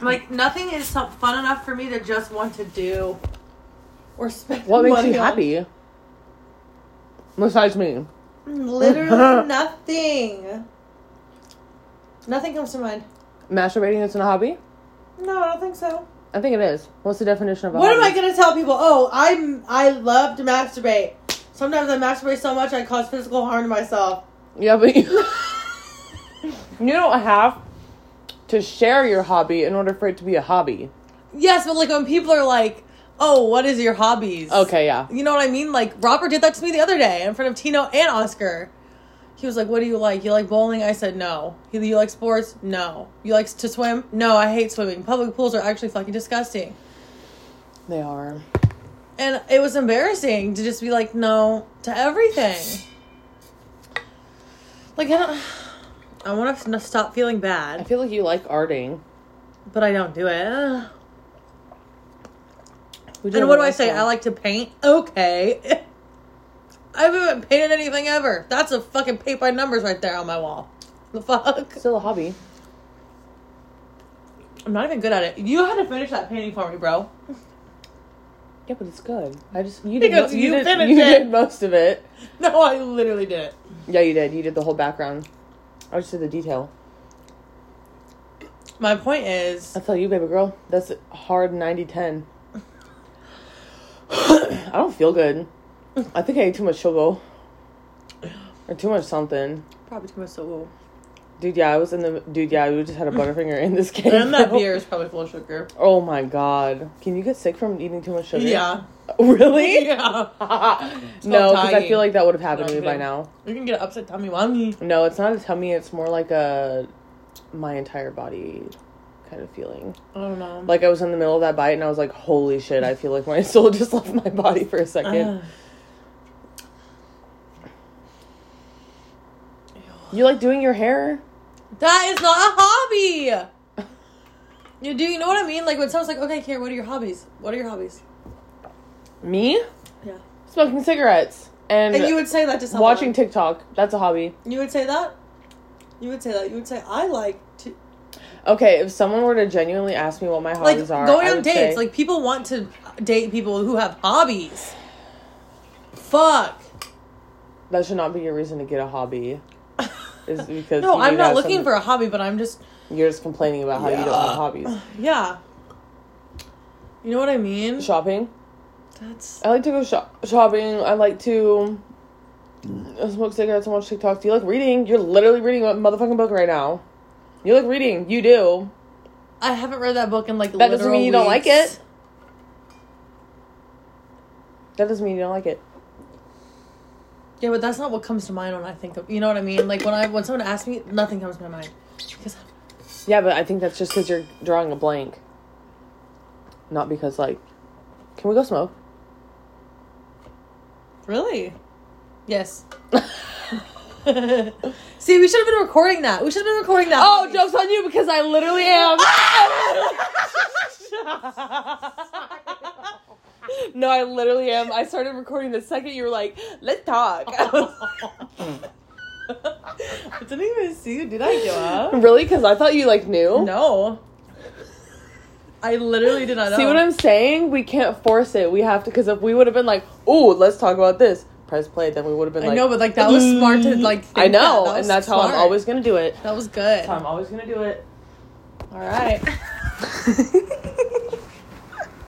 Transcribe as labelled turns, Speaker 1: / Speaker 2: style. Speaker 1: Like nothing is so fun enough for me to just want to do or spend.
Speaker 2: What makes
Speaker 1: money
Speaker 2: you
Speaker 1: on.
Speaker 2: happy? Besides me.
Speaker 1: Literally nothing. Nothing comes to mind.
Speaker 2: Masturbating isn't a hobby?
Speaker 1: No, I don't think so.
Speaker 2: I think it is. What's the definition of a
Speaker 1: What am I
Speaker 2: hobby?
Speaker 1: gonna tell people? Oh, I'm I love to masturbate. Sometimes I masturbate so much I cause physical harm to myself.
Speaker 2: Yeah, but you, you don't have to share your hobby in order for it to be a hobby.
Speaker 1: Yes, but like when people are like, "Oh, what is your hobbies?"
Speaker 2: Okay, yeah.
Speaker 1: You know what I mean? Like Robert did that to me the other day in front of Tino and Oscar. He was like, "What do you like? You like bowling?" I said, "No." He, you like sports? No. You like to swim? No, I hate swimming. Public pools are actually fucking disgusting.
Speaker 2: They are.
Speaker 1: And it was embarrassing to just be like, "No" to everything. Like I don't. I want to f- stop feeling
Speaker 2: I
Speaker 1: bad,
Speaker 2: feel like you like arting.
Speaker 1: but I don't do it.
Speaker 2: We did
Speaker 1: And what do
Speaker 2: it
Speaker 1: I
Speaker 2: last
Speaker 1: say?
Speaker 2: time.
Speaker 1: I like to paint? Okay. I haven't painted anything ever. That's a fucking paint by numbers right there on my wall. The fuck?
Speaker 2: Still a hobby.
Speaker 1: I'm not even good at it. You had to finish that painting for me, bro.
Speaker 2: Yeah, but it's good. I just you did
Speaker 1: Because
Speaker 2: mo- you,
Speaker 1: you
Speaker 2: did,
Speaker 1: finished
Speaker 2: you
Speaker 1: it.
Speaker 2: did most of it.
Speaker 1: No, I literally did it.
Speaker 2: Yeah, you did. You did the whole background. I just did the detail.
Speaker 1: My point is,
Speaker 2: I tell you, baby girl, that's a hard 90-10. I don't feel good. I think I ate too much sugar or too much something.
Speaker 1: probably too much soul.
Speaker 2: Dude, yeah, I was in the dude. Yeah, we just had a butterfinger in this cake.
Speaker 1: And that beer is probably full of sugar.
Speaker 2: Oh my god, can you get sick from eating too much sugar?
Speaker 1: Yeah.
Speaker 2: really?
Speaker 1: Yeah.
Speaker 2: no, because I
Speaker 1: Tongue-tying.
Speaker 2: feel like that would have happened to me
Speaker 1: Okay.
Speaker 2: by now.
Speaker 1: You can get an upset tummy mommy.
Speaker 2: No, it's not a tummy. It's more like a my entire body kind of feeling.
Speaker 1: I don't know.
Speaker 2: Like I was in the middle of that bite and I was like, "Holy shit!" I feel like my soul just left my body for a second.
Speaker 1: Ugh.
Speaker 2: you like doing your hair?
Speaker 1: That is not a hobby. You do, you know what I mean? Like when someone's like, okay, Karen, what are your hobbies? What are your hobbies?
Speaker 2: Me
Speaker 1: Yeah.
Speaker 2: smoking cigarettes and,
Speaker 1: And you would say that to someone.
Speaker 2: watching TikTok. That's a hobby.
Speaker 1: You would say that? You would say that. You would say, I like to.
Speaker 2: Okay, if someone were to genuinely ask me what my
Speaker 1: Like,
Speaker 2: hobbies are,
Speaker 1: going
Speaker 2: Oh, I
Speaker 1: on
Speaker 2: would
Speaker 1: dates.
Speaker 2: say-
Speaker 1: Like, people want to date people who have hobbies. Fuck.
Speaker 2: that should not be your reason to get a hobby. Is because
Speaker 1: No,
Speaker 2: you
Speaker 1: I'm
Speaker 2: need to
Speaker 1: not
Speaker 2: have
Speaker 1: looking
Speaker 2: something-
Speaker 1: for a hobby, but I'm just.
Speaker 2: You're just complaining about how you don't have hobbies.
Speaker 1: Yeah. You know what I mean?
Speaker 2: Shopping.
Speaker 1: That's.
Speaker 2: I like to go shop- shopping. I like to
Speaker 1: Mm.
Speaker 2: smoke cigarettes and watch TikTok. Do you like reading? You're literally reading a motherfucking book right now. You like reading. You do.
Speaker 1: I haven't read that book in like.
Speaker 2: That doesn't
Speaker 1: literal
Speaker 2: mean you don't like
Speaker 1: weeks.
Speaker 2: it. That doesn't mean you don't like it.
Speaker 1: Yeah, but that's not what comes to mind when I think of. You know what I mean? Like when I when someone asks me, nothing comes to my mind because
Speaker 2: Yeah, but I think that's just because you're drawing a blank. Not because, like, can we go smoke?
Speaker 1: Really? Yes. See, we should have been recording that. We should have been recording that.
Speaker 2: Oh, joke's on you because I literally am.
Speaker 1: Ah!
Speaker 2: no, I literally am. I started recording the second you were like, let's talk. I was
Speaker 1: I didn't even see you. Did I give up?
Speaker 2: like, really? Because I thought you like knew.
Speaker 1: No. I literally did not know.
Speaker 2: See what I'm saying? We can't force it. We have to because if we would have been like, oh, let's talk about this, press play, then we would have been
Speaker 1: I
Speaker 2: like,
Speaker 1: know, but like that was smart to like. Think
Speaker 2: Mm. I know,
Speaker 1: that. That was
Speaker 2: and that's how I'm
Speaker 1: smart.
Speaker 2: always gonna do it.
Speaker 1: That was good.
Speaker 2: I'm always gonna do it.
Speaker 1: All right.